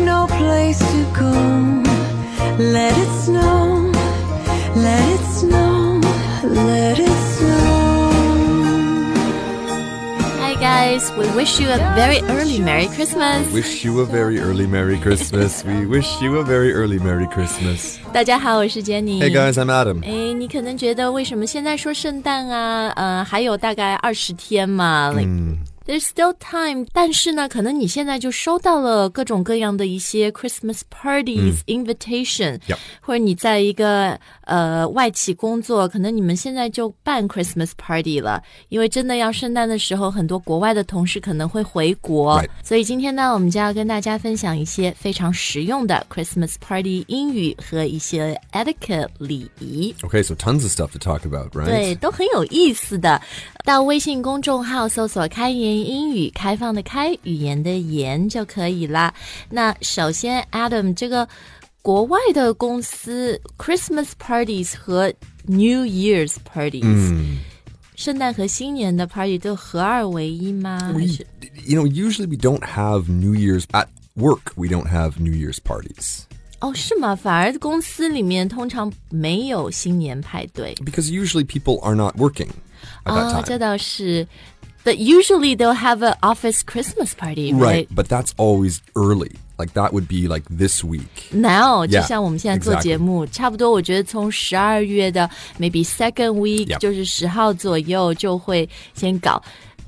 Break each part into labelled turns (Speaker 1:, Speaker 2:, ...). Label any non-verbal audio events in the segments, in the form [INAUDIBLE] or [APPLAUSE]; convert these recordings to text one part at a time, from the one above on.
Speaker 1: no place to go. Let it snow, let it snow, let it snow.
Speaker 2: Hi guys, we wish you a very early Merry Christmas.
Speaker 3: Wish you a very early Merry Christmas. We wish you a very early Merry Christmas.
Speaker 2: 大家好，我是 Jenny。
Speaker 3: Hey guys, I'm Adam.
Speaker 2: 哎，你可能觉得为什么现在说圣诞啊？呃，还有大概二十天嘛，like、There's still time，但是呢，可能你现在就收到了各种各样的一些 Christmas parties、invitation，、
Speaker 3: 嗯 Yep
Speaker 2: 或者你在一个呃外企工作，可能你们现在就办 Christmas party 了，因为真的要圣诞的时候，很多国外的同事可能会回国
Speaker 3: Right
Speaker 2: 所以今天呢，我们就要跟大家分享一些非常实用的 Christmas party 英语和一些 etiquette 礼仪。
Speaker 3: Okay, so tons of stuff to talk about,
Speaker 2: 对，
Speaker 3: right?
Speaker 2: 都很有意思的。到微信公众号搜索“开言英语”，开放的开，语言的言就可以啦。那首先，Adam 这个国外的公司 Christmas parties 和 New Year's parties，、圣诞和新年的 party 都合二为一吗？还
Speaker 3: We,
Speaker 2: 是
Speaker 3: you know, usually we don't have New Year's at work. We don't have New Year's parties
Speaker 2: 哦，是吗？反而公司里面通常没有新年派对
Speaker 3: because usually people are not working at
Speaker 2: 啊，
Speaker 3: that
Speaker 2: 这
Speaker 3: time.
Speaker 2: 倒是。But usually they'll have an office Christmas party,
Speaker 3: Right, but that's always early. Like that would be like this week.
Speaker 2: now，就
Speaker 3: Yeah,
Speaker 2: 像我们现在做
Speaker 3: exactly.
Speaker 2: 节目差不多，我觉得从十二月的 maybe second week，、
Speaker 3: Yep.
Speaker 2: 就是十号左右就会先搞。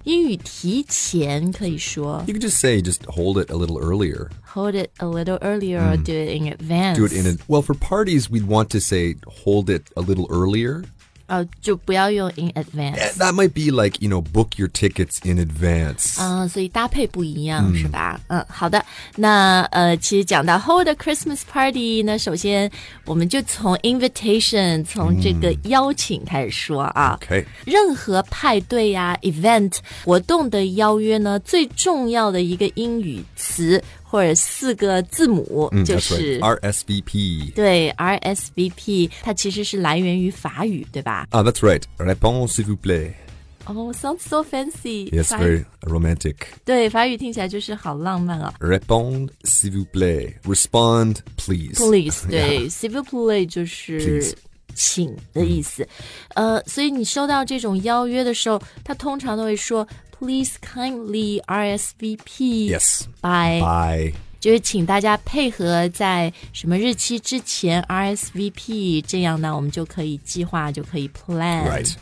Speaker 2: 英语提前可以说
Speaker 3: You could just say just hold it a little earlier.
Speaker 2: hold it a little earlier or do it in advance。
Speaker 3: 嗯 Do it in a well for parties we'd want to say hold it a little earlier.
Speaker 2: 哦，就不要用 in advance。
Speaker 3: Eh, That might be like, you know, book your tickets in advance.
Speaker 2: 嗯、所以搭配不一样、是吧？嗯，好的。那呃，其实讲到 hold a Christmas party 那首先我们就从 invitation 从这个邀请开始说啊。
Speaker 3: 嗯 okay.
Speaker 2: 任何派对呀、event 活动的邀约呢，最重要的一个英语词或者四个字母、
Speaker 3: Mm,
Speaker 2: 就
Speaker 3: that's
Speaker 2: 是
Speaker 3: right. RSVP.
Speaker 2: 对 RSVP，它其实是来源于法语，对吧
Speaker 3: Ah, that's right. Réponse, s'il vous plaît.
Speaker 2: 哦、s o u n d s so fancy。
Speaker 3: Yes,
Speaker 2: 法语
Speaker 3: very romantic.
Speaker 2: 对法语听起来就是好浪漫啊。
Speaker 3: Répondre, s'il vous plaît. Respond, please. [LAUGHS]
Speaker 2: Please，对 c i v i l play 就是
Speaker 3: Please
Speaker 2: 请的意思。呃，所以你收到这种邀约的时候，他通常都会说 Please kindly RSVP。
Speaker 3: Yes.
Speaker 2: By
Speaker 3: Bye.
Speaker 2: 就是请大家配合在什么日期之前 RSVP，这样呢，我们就可以计划，就可以 plan。
Speaker 3: Right.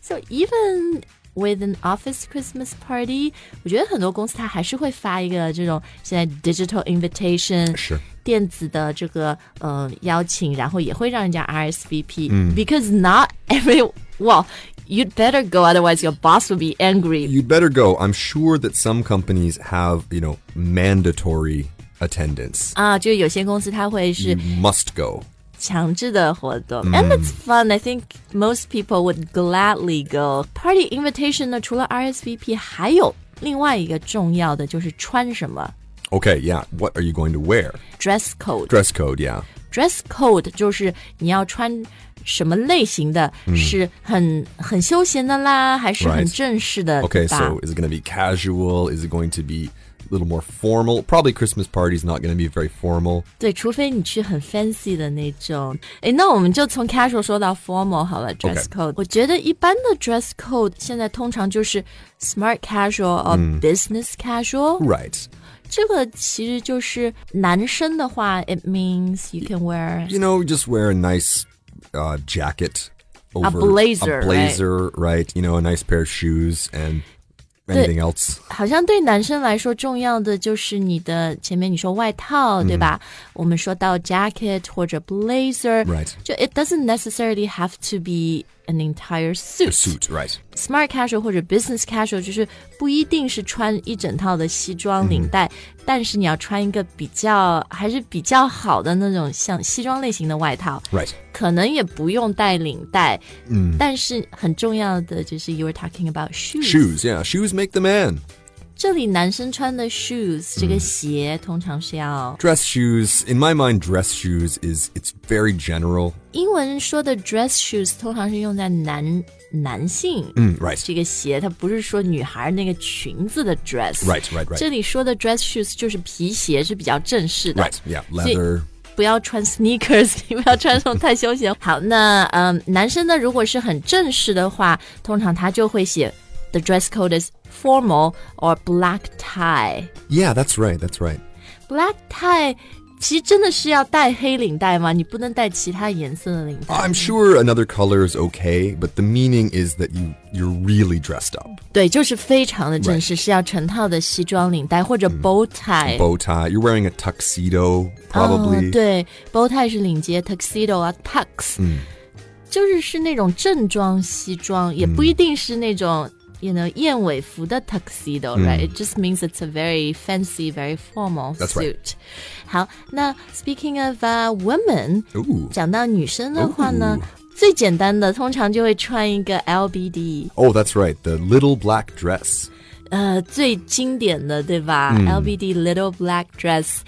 Speaker 2: So even with an office Christmas party，我觉得很多公司它还是会发一个这种现在 digital invitation，
Speaker 3: 是
Speaker 2: 电子的这个呃邀请，然后也会让人家 RSVP、because not every [LAUGHS] well。You'd better go, otherwise your boss will be angry.
Speaker 3: You'd better go. I'm sure that some companies have, you know, mandatory attendance.
Speaker 2: 啊，就有些公司它会是
Speaker 3: You must go.
Speaker 2: 强制的活动。And it's fun. I think most people would gladly go. Party invitation 呢，除了 RSVP，还有另外一个重要的就是穿什么。Dress
Speaker 3: Okay, yeah. What are you going to wear?
Speaker 2: code.
Speaker 3: Dress code, yeah.
Speaker 2: Dress code 就是你要穿什么类型的，是很-很休闲的啦，还是很
Speaker 3: Right.
Speaker 2: 正式的，对
Speaker 3: Okay,
Speaker 2: 吧？
Speaker 3: so is it going to be casual? Is it going to be a little more formal? Probably Christmas party's not going to be very formal.
Speaker 2: 对，除非你去很 fancy 的那种。诶，那我们就从 casual 说到 formal 好了，dress code。我觉得一般的 dress code 现在通常就是 smart casual or business casual、
Speaker 3: Right.
Speaker 2: 这个其实就是男生的话，it means you can wear
Speaker 3: You know, just wear a nice uh, jacket over
Speaker 2: blazer, right?
Speaker 3: a blazer, right? You know, a nice pair of shoes and anything else.
Speaker 2: 好像对男生来说，重要的就是你的前面你说外套，对吧？我们说到 jacket 或者 blazer，、
Speaker 3: Right.
Speaker 2: 就 it doesn't necessarily have to be an entire [LAUGHS]
Speaker 3: A suit, right?
Speaker 2: smart casual 或者 business casual，就是不一定是穿一整套的西装
Speaker 3: 嗯
Speaker 2: 领带，但是你要穿一个比较还是比较好的那种像西装类型的外套，
Speaker 3: Right.
Speaker 2: 可能也不用带领带，嗯，但是很重要的就是 you were talking about shoes，,
Speaker 3: Shoes, yeah. Shoes make the man.
Speaker 2: 这里男生穿的 shoes
Speaker 3: 嗯
Speaker 2: 这个鞋通常是要、
Speaker 3: Dress shoes, in my mind, dress shoes is it's very general.
Speaker 2: 英文说的 dress shoes，通常是用在男男性，
Speaker 3: Mm, right.
Speaker 2: 这个鞋，它不是说女孩那个裙子的 dress。
Speaker 3: Right, right, right.
Speaker 2: 这里说的 dress shoes 就是皮鞋，是比较正式的。
Speaker 3: Right. Yeah.
Speaker 2: 所以
Speaker 3: Leather.
Speaker 2: 不要穿 sneakers，你 [LAUGHS] 不要穿这种太休闲。好，那嗯、男生呢，如果是很正式的话，通常他就会写 the dress code is formal or black tie。
Speaker 3: Yeah, that's right. That's right.
Speaker 2: black tie 其实真的是要戴黑领带吗？你不能戴其他颜色的领带。
Speaker 3: I'm sure another color is okay, but the meaning is that you you're really dressed up.
Speaker 2: 对，就是非常的正式，是要成套的西装领带或者
Speaker 3: 嗯
Speaker 2: bow tie。
Speaker 3: Bow tie. You're wearing a tuxedo, probably.
Speaker 2: 嗯、对，bow tie 是领结，tuxedo 啊，tux，、就是是那种正装西装，也不一定是那种。you know 燕尾服的 tuxedo, right? It just means it's a very fancy, very formal
Speaker 3: 嗯 That's
Speaker 2: suit.
Speaker 3: right.
Speaker 2: 好，那 speaking of、uh, women，
Speaker 3: Ooh.
Speaker 2: 讲到女生的话呢
Speaker 3: 哦
Speaker 2: 最简单的通常就会穿一个 LBD，
Speaker 3: Oh, that's right. The little black dress.
Speaker 2: 呃，最经典的对吧、l
Speaker 3: 嗯
Speaker 2: b d little black dress，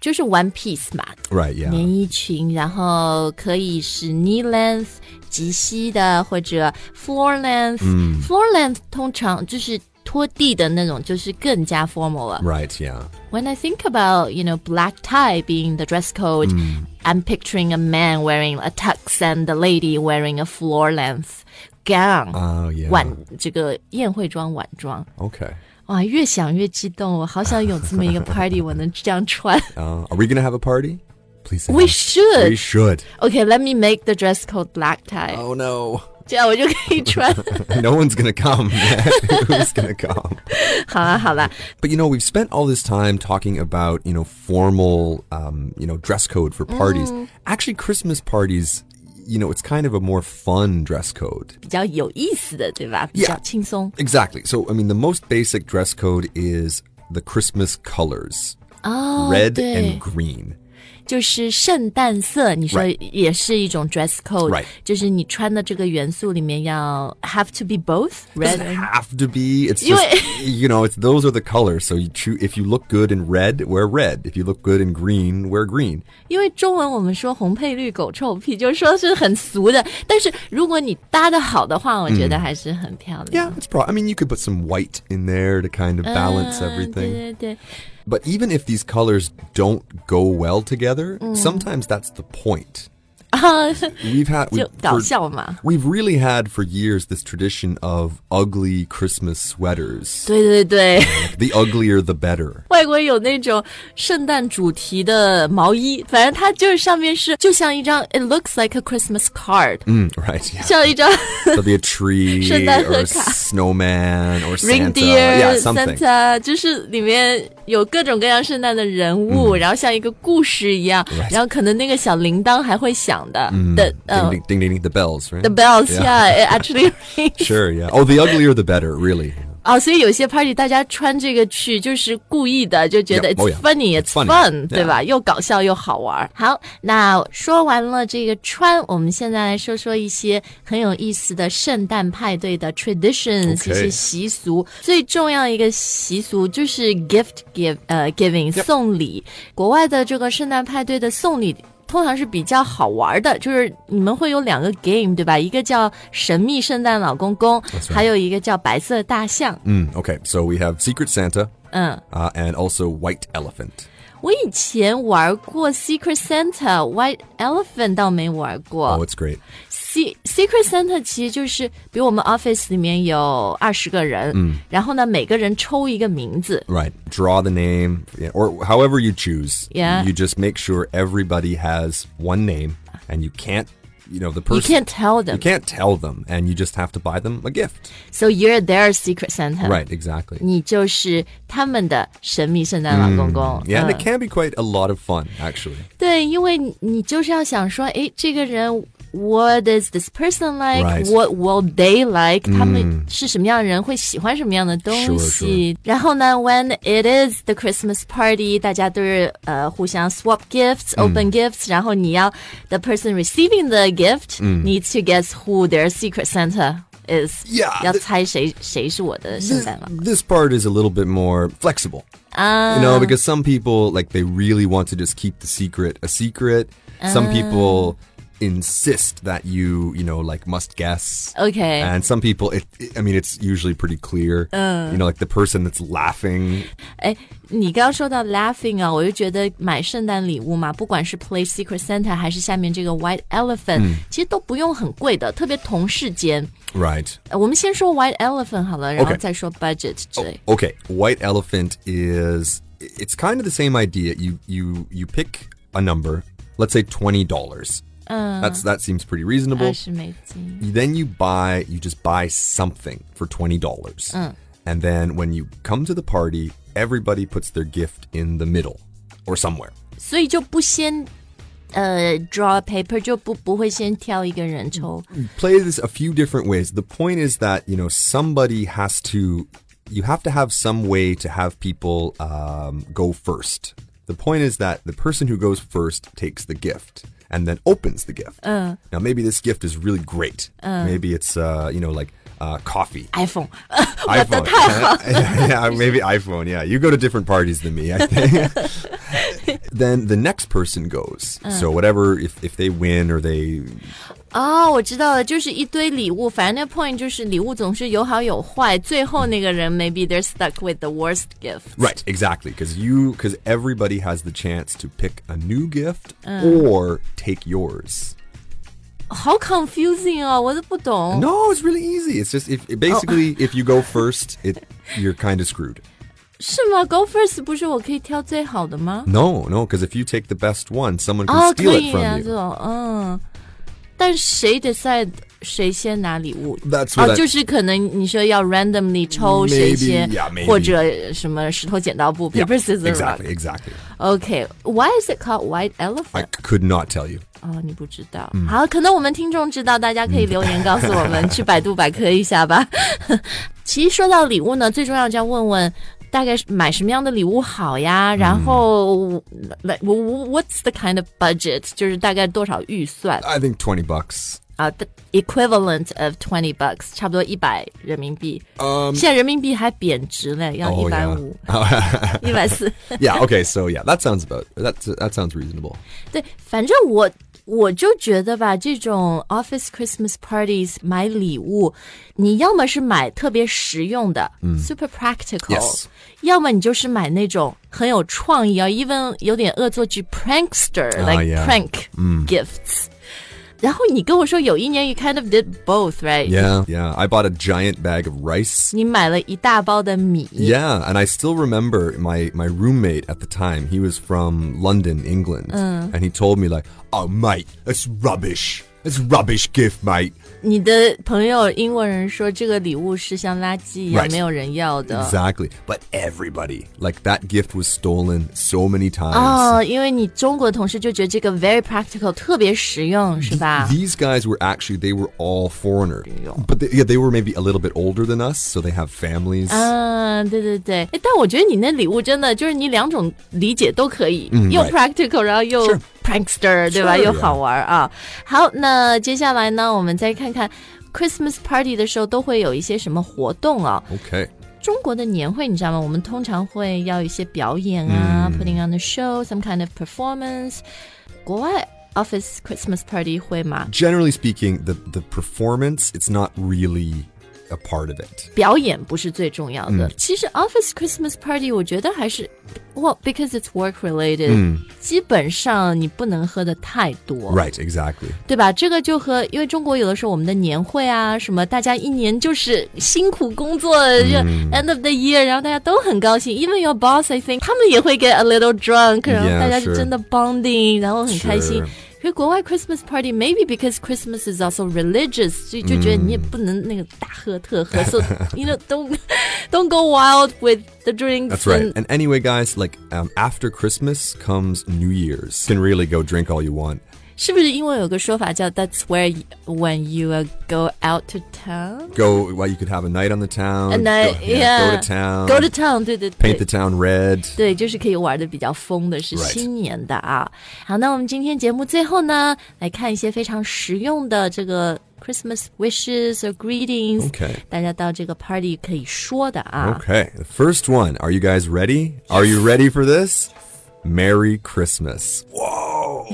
Speaker 2: 就是 one piece 嘛，
Speaker 3: Right. Yeah.
Speaker 2: 连衣裙，然后可以是 knee length 及膝的，或者 floor length、floor
Speaker 3: 嗯
Speaker 2: length 通常就是拖地的那种，就是更加 formal 了。
Speaker 3: Right. Yeah.
Speaker 2: When I think about you know black tie being the dress code,
Speaker 3: Mm
Speaker 2: I'm picturing a man wearing a tux and a lady wearing a floor length gown.
Speaker 3: Oh, yeah.
Speaker 2: 晚这个宴会装晚装，
Speaker 3: Okay.
Speaker 2: 哇，越想越激动，我好想有这么一个 party，我能这样
Speaker 3: [LAUGHS]
Speaker 2: 穿。
Speaker 3: Uh, are we gonna have a party? Please. say
Speaker 2: We
Speaker 3: no.
Speaker 2: should.
Speaker 3: We should.
Speaker 2: Okay, let me make the dress code black tie，、
Speaker 3: Oh no.
Speaker 2: 这样我就可以穿。
Speaker 3: [LAUGHS] no one's gonna come.
Speaker 2: [LAUGHS]
Speaker 3: Who's gonna come?
Speaker 2: 好了好了，
Speaker 3: But you know, we've spent all this time talking about you know formal, um, you know, dress code for parties.
Speaker 2: Mm.
Speaker 3: Actually, Christmas parties, you know, it's kind of a more fun dress code.
Speaker 2: 比较有意思的，对吧？比较轻松
Speaker 3: Exactly. So, I mean, the most basic dress code is the Christmas colors,
Speaker 2: 哦
Speaker 3: red
Speaker 2: 对
Speaker 3: and，green.
Speaker 2: 就是圣诞色，你说
Speaker 3: Right
Speaker 2: 也是一种 dress code，、
Speaker 3: Right
Speaker 2: 就是你穿的这个元素里面要 have to be both red
Speaker 3: Doesn't
Speaker 2: and
Speaker 3: have to be. It's
Speaker 2: You- [LAUGHS]
Speaker 3: just you know, it's those are the colors. So you choose if you look good in red, wear red. If you look good in green, wear green.
Speaker 2: 因为中文我们说红配绿狗臭屁，就是说是很俗的。但是如果你搭的好的话，我觉得还是很漂亮。
Speaker 3: Yeah, it's probably. I mean, you could put some white in there to kind of
Speaker 2: 嗯
Speaker 3: balance
Speaker 2: 对
Speaker 3: everything.
Speaker 2: 对对，
Speaker 3: But even if these colors don't go well together,
Speaker 2: Mm.
Speaker 3: sometimes that's the point.
Speaker 2: 啊，
Speaker 3: We've had we,
Speaker 2: 就搞笑嘛。
Speaker 3: have really had for years this tradition of ugly Christmas sweaters.
Speaker 2: 对对对， [LAUGHS]
Speaker 3: the uglier the better.
Speaker 2: 外国有那种圣诞主题的毛衣，反正它就是上面是就像一张，it looks like a Christmas card，、
Speaker 3: Mm, right.
Speaker 2: [LAUGHS]
Speaker 3: Yeah.
Speaker 2: 像一
Speaker 3: [LAUGHS]
Speaker 2: 张
Speaker 3: There'll be a tree
Speaker 2: [LAUGHS] Shouldn't
Speaker 3: or a
Speaker 2: that look-
Speaker 3: snowman or Santa.
Speaker 2: reindeer
Speaker 3: Yeah, something.
Speaker 2: Santa，就是里面有各种各样圣诞的人物，然后像一个故事一样
Speaker 3: 嗯 Right
Speaker 2: 然后可能那个小铃铛还会响的的，嗯
Speaker 3: Ding, ding, ding, ding, ding, the bells, right?
Speaker 2: Oh. The bells,
Speaker 3: Yeah.
Speaker 2: yeah, it actually rings.
Speaker 3: [LAUGHS] Sure, yeah. Oh, the uglier the better, really.
Speaker 2: 哦，所以有些 party 大家穿这个去就是故意的，就觉得
Speaker 3: Yeah, oh
Speaker 2: it's
Speaker 3: yeah,
Speaker 2: funny, it's
Speaker 3: it's funny,
Speaker 2: fun，
Speaker 3: yeah.
Speaker 2: 对吧？又搞笑又好玩。好，那说完了这个穿，我们现在来说说一些很有意思的圣诞派对的 traditions，
Speaker 3: Okay
Speaker 2: 一些习俗。最重要一个习俗就是 gift give 呃 giving 送礼。国外的这个圣诞派对的送礼。通常是比较好玩的，就是你们会有两个 game 对吧？一个叫神秘圣诞老公公
Speaker 3: That's right
Speaker 2: 还有一个叫白色大象。
Speaker 3: Mm, okay, so we have Secret Santa
Speaker 2: 嗯，
Speaker 3: uh, and also White Elephant.
Speaker 2: 我以前玩过 Secret Santa、White Elephant 倒没玩
Speaker 3: Oh,
Speaker 2: 过。
Speaker 3: it's great.
Speaker 2: Se Secret Santa 其实就是，比如我们 office 里面有二十个人，嗯，然后呢，每个人抽一个名字。
Speaker 3: Right. Draw the name, yeah, or however you choose.
Speaker 2: Yeah.
Speaker 3: You just make sure everybody has one name, and you can't, you know, the
Speaker 2: You
Speaker 3: person.
Speaker 2: can't tell
Speaker 3: you
Speaker 2: them,
Speaker 3: can't tell them, and you just have to buy them a gift.
Speaker 2: so you're their Secret Santa.
Speaker 3: Right. Exactly.
Speaker 2: 你就是他们的神秘圣诞老公公。
Speaker 3: Yeah,
Speaker 2: 嗯
Speaker 3: and it can be quite a lot of fun, actually.
Speaker 2: 对，因为你你就是要想说，诶，这个人。What is this person like?
Speaker 3: Right.
Speaker 2: What will they like?、他们是什么样的人，会喜欢什么样的东西
Speaker 3: Sure,
Speaker 2: 然后呢，When it is the Christmas party，大家都是呃互相 swap gifts,、open gifts，然后你要 the person receiving the gift、needs to guess who their secret Santa is，、
Speaker 3: Yeah,
Speaker 2: 要
Speaker 3: th-
Speaker 2: 猜谁谁是我的圣
Speaker 3: This,
Speaker 2: 诞老
Speaker 3: this part is a little bit more flexible.
Speaker 2: 啊
Speaker 3: you know because some people like they really want to just keep the secret a secret some people insist that you, you know, like must guess.
Speaker 2: Okay.
Speaker 3: And some people, it, it- I mean, it's usually pretty clear. you know, like the person that's laughing.
Speaker 2: 哎，你刚刚说到 laughing 啊，我就觉得买圣诞礼物嘛，不管是 Play Secret Santa 还是下面这个 White Elephant，、其实都不用很贵的，特别同事间。
Speaker 3: Right.
Speaker 2: 呃我们先说 White Elephant 好了，然后
Speaker 3: OK 哦
Speaker 2: 再说 budget 之类。
Speaker 3: Okay. White elephant is, it's kind of the same idea. You, you, you pick a number, let's say $20. That's, that seems pretty
Speaker 2: 二
Speaker 3: reasonable.
Speaker 2: 十美金。
Speaker 3: then you buy you just buy something for twenty dollars. And then when you come to the party, everybody puts their gift in the middle or somewhere.
Speaker 2: 所以就不先呃 draw a paper，就不不会先挑一个人抽。
Speaker 3: You play this a few different ways. The point is that, you know, somebody has to you have to have some way to have people um, go first. The point is that the person who goes first takes the gift and then opens the gift. Now maybe this gift is really great. Maybe it's uh, you know, like uh, coffee.
Speaker 2: iPhone，我 [LAUGHS] 的
Speaker 3: iPhone.
Speaker 2: 太好 [LAUGHS]
Speaker 3: yeah, [LAUGHS] yeah, maybe iPhone. Yeah, you go to different parties than me. I think. [LAUGHS] then the next person goes.
Speaker 2: Uh.
Speaker 3: So whatever, if if they win or they
Speaker 2: 哦，我知道了，就是一堆礼物，反正那 point 就是礼物总是有好有坏，最后那个人 maybe they're stuck with the worst gift。
Speaker 3: right exactly because you because everybody has the chance to pick a new gift
Speaker 2: Uh.
Speaker 3: or take yours.
Speaker 2: 好 confusing 哦，我都不懂。
Speaker 3: No, it's really easy. It's just if basically
Speaker 2: Oh.
Speaker 3: if you go first, it you're kind of screwed.
Speaker 2: 是吗？Go first 不是我可以挑最好的吗？
Speaker 3: No, no, because if you take the best one, someone can
Speaker 2: 哦，
Speaker 3: steal
Speaker 2: 可
Speaker 3: it
Speaker 2: 以啊，
Speaker 3: from
Speaker 2: 这
Speaker 3: you.
Speaker 2: 种嗯，但是谁 decide 谁先拿礼物？
Speaker 3: That's
Speaker 2: 哦
Speaker 3: what，I-
Speaker 2: 就是可能你说要 randomly 抽谁
Speaker 3: Maybe,
Speaker 2: 先
Speaker 3: yeah, maybe
Speaker 2: 或者什么石头剪刀布
Speaker 3: Yeah,
Speaker 2: paper scissors rock。
Speaker 3: exactly, exactly.
Speaker 2: OK，Why、is it called white
Speaker 3: I
Speaker 2: elephant？
Speaker 3: could not tell you.
Speaker 2: 哦，你不知道。好，可能我们听众知道，大家可以留言告诉我们，去百度百科一下吧。 [LAUGHS] 其实说到礼物呢，最重要就要问问。大概是买什么样的礼物好呀？然后，来、我我 what's the kind of budget？就是大概多少预算
Speaker 3: I think twenty bucks.
Speaker 2: 啊、the equivalent of twenty bucks，差不多一百人民币。
Speaker 3: Um,
Speaker 2: 现在人民币还贬值了，要一
Speaker 3: Oh,
Speaker 2: 百
Speaker 3: yeah.
Speaker 2: 五、一百四。
Speaker 3: yeah. Okay. So yeah, that sounds about that. That sounds reasonable.
Speaker 2: 对，反正我我就觉得吧，这种 office Christmas parties 买礼物，你要么是买特别实用的、s u p e r practical，、
Speaker 3: 嗯 Yes
Speaker 2: 要么你就是买那种很有创意啊，even 有点恶作剧 prankster，like、
Speaker 3: 啊 yeah
Speaker 2: prank
Speaker 3: 嗯
Speaker 2: gifts、然后你跟我说有一年 you kind of did both，right？、
Speaker 3: Yeah. Yeah. I bought a giant bag of rice.
Speaker 2: 你买了一大包的米
Speaker 3: Yeah, and I still remember my my roommate at the time. He was from London, England, and he told me like, "Oh, mate, that's rubbish. That's rubbish gift, mate."
Speaker 2: 你的朋友英国人说这个礼物是像垃圾一样
Speaker 3: Right
Speaker 2: 没有人要的。
Speaker 3: Exactly. But everybody like that gift was stolen so many times.
Speaker 2: 哦，因为你中国同事就觉得这个 very practical 特别实用，是吧？
Speaker 3: These guys were actually they were all foreigner, but they, yeah, they were maybe a little bit older than us, so they have families.
Speaker 2: Uh. 嗯，对对对，哎，但我觉得你那礼物真的就是你两种理解都可以，又 practical，然后又 prankster，对吧？
Speaker 3: Sure，
Speaker 2: 又
Speaker 3: yeah
Speaker 2: 好玩啊。好，那接下来呢，我们再看看 Christmas party 的时候都会有一些什么活动啊？
Speaker 3: okay.
Speaker 2: 中国的年会你知道吗？我们通常会要一些表演啊、p u t t i n g on the show，some kind of performance。国外 office Christmas party 会吗？
Speaker 3: generally speaking, the the performance it's not really a part of it.
Speaker 2: 表演不是最重要的。其实 Office Christmas Party 我觉得还是，well because it's work related，、基本上你不能喝的太多
Speaker 3: Right, exactly.
Speaker 2: 对吧？这个就和因为中国有的时候我们的年会啊什么，大家一年就是辛苦工作，就
Speaker 3: 嗯
Speaker 2: end of the year，然后大家都很高兴，even your boss I think 他们也会 get a little drunk，然后
Speaker 3: Yeah,
Speaker 2: 大家是
Speaker 3: sure.
Speaker 2: 真的 bonding，然后很开心
Speaker 3: Sure.。
Speaker 2: 可是国外 Christmas party maybe because Christmas is also religious，所以就觉得
Speaker 3: 嗯
Speaker 2: 你也不能那个大喝特喝，so [LAUGHS] you know don't don't go wild with the drinks。
Speaker 3: That's
Speaker 2: and-
Speaker 3: right. And anyway, guys, like um, after Christmas comes New Year's. You can really go drink all you want.
Speaker 2: 是不是因为有个说法叫 That's where you- when you uh, go out to town？
Speaker 3: Go well. You could have a night on the town.
Speaker 2: And I,
Speaker 3: go,
Speaker 2: yeah,
Speaker 3: go to town.
Speaker 2: go to town，对对对
Speaker 3: paint the town red.
Speaker 2: 对，就是可以玩的比较疯的是
Speaker 3: Right.
Speaker 2: 新年的啊。好，那我们今天节目最后呢，来看一些非常实用的这个 Christmas wishes or greetings，、
Speaker 3: Okay.
Speaker 2: 大家到这个 party 可以说的啊。
Speaker 3: Okay. The first one. Are you guys ready? Are you ready for this? Merry Christmas. Whoa.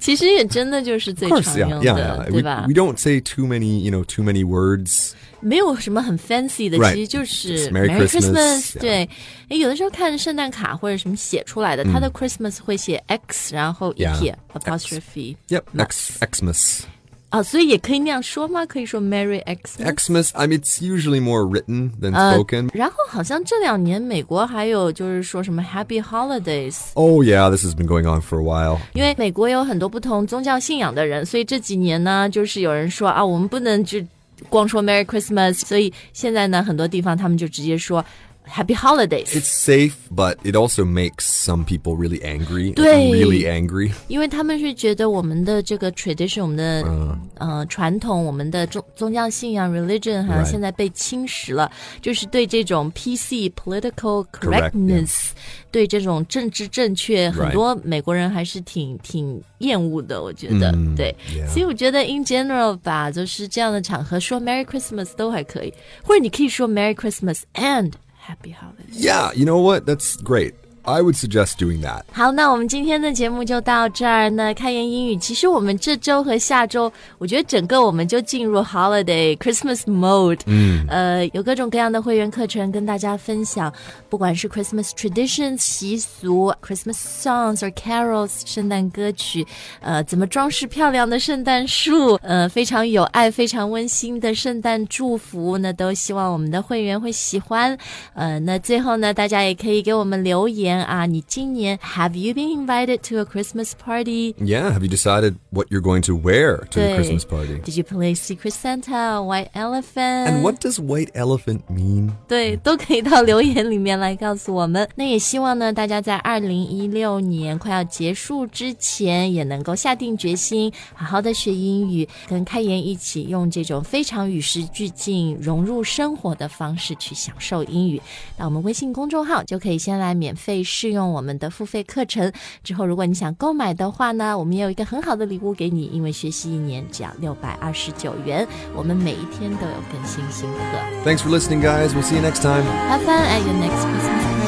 Speaker 2: 其实也真的就是最
Speaker 3: Of
Speaker 2: 常
Speaker 3: course, yeah,
Speaker 2: 用
Speaker 3: yeah,
Speaker 2: 的，
Speaker 3: yeah.
Speaker 2: 对
Speaker 3: We,
Speaker 2: 吧
Speaker 3: we？don't say too many, you know, too many words.
Speaker 2: 没有什么很 fancy 的
Speaker 3: Right.
Speaker 2: 其实就是
Speaker 3: Just Merry
Speaker 2: Christmas
Speaker 3: Christmas，
Speaker 2: 对，诶有的时候看圣诞卡或者什么写出来的，它的 Christmas 会写 X，然后一
Speaker 3: 嗯 Yeah，
Speaker 2: 撇 apostrophe
Speaker 3: Yep,
Speaker 2: Mas.
Speaker 3: X, Xmas.
Speaker 2: 啊，所以也可以那样说吗？可以说 Merry X。
Speaker 3: Xmas, I mean, it's usually more written than
Speaker 2: Uh,
Speaker 3: spoken.
Speaker 2: 然后好像这两年美国还有就是说什么 Happy Holidays，
Speaker 3: Oh, yeah, this has been going on for a while.
Speaker 2: 因为美国有很多不同宗教信仰的人，所以这几年呢，就是有人说啊，我们不能只光说 Merry Christmas，所以现在呢，很多地方他们就直接说 Happy Holidays，
Speaker 3: It's safe, but it also makes some people really angry. like,
Speaker 2: 对。
Speaker 3: really angry.
Speaker 2: 因为他们是觉得我们的这个 tradition，我们的
Speaker 3: 嗯
Speaker 2: 呃传统，我们的宗宗教信仰 religion 好像
Speaker 3: Right
Speaker 2: 现在被侵蚀了，就是对这种 PC political
Speaker 3: Correct，yeah
Speaker 2: correctness，对这种政治正确，很
Speaker 3: Right
Speaker 2: 多美国人还是挺挺厌恶的，我觉得，对。
Speaker 3: 嗯 yeah
Speaker 2: 所以我觉得 in general 吧，就是这样的场合说 Merry Christmas 都还可以，或者你可以说 Merry Christmas and Happy Holidays。
Speaker 3: Yeah, you know what? That's great. I would suggest doing that.
Speaker 2: 好，那我们今天的节目就到这儿。那开言英语，其实我们这周和下周，我觉得整个我们就进入 holiday Christmas mode。嗯，呃，有各种各样的会员课程跟大家分享，不管是 Christmas traditions 习俗、Christmas songs or carols 圣诞歌曲，呃，怎么装饰漂亮的圣诞树，呃，非常有爱、非常温馨的圣诞祝福，那都希望我们的会员会喜欢。呃，那最后呢，大家也可以给我们留言啊，你今年 Have you been invited to a Christmas party？
Speaker 3: Yeah, have you decided what you're going to wear to
Speaker 2: 对
Speaker 3: the Christmas party?
Speaker 2: ？Did you play Secret Santa, White Elephant?
Speaker 3: And what does white elephant mean?
Speaker 2: 对，都可以到留言里面来告诉我们。那也希望呢，大家在二零一六年快要结束之前，也能够下定决心，好好的学英语，跟开言一起用这种非常与时俱进、融入生活的方式去享受英语。那我们微信公众号就可以先来免费试用我们的付费课程。之后，如果你想购买的话呢，我们也有一个很好的礼物给你，因为学习一年只要六百二十九元，我们每一天都有更新新课。
Speaker 3: Thanks for listening, guys. We'll see you next time.
Speaker 2: Have fun at your next Christmas party.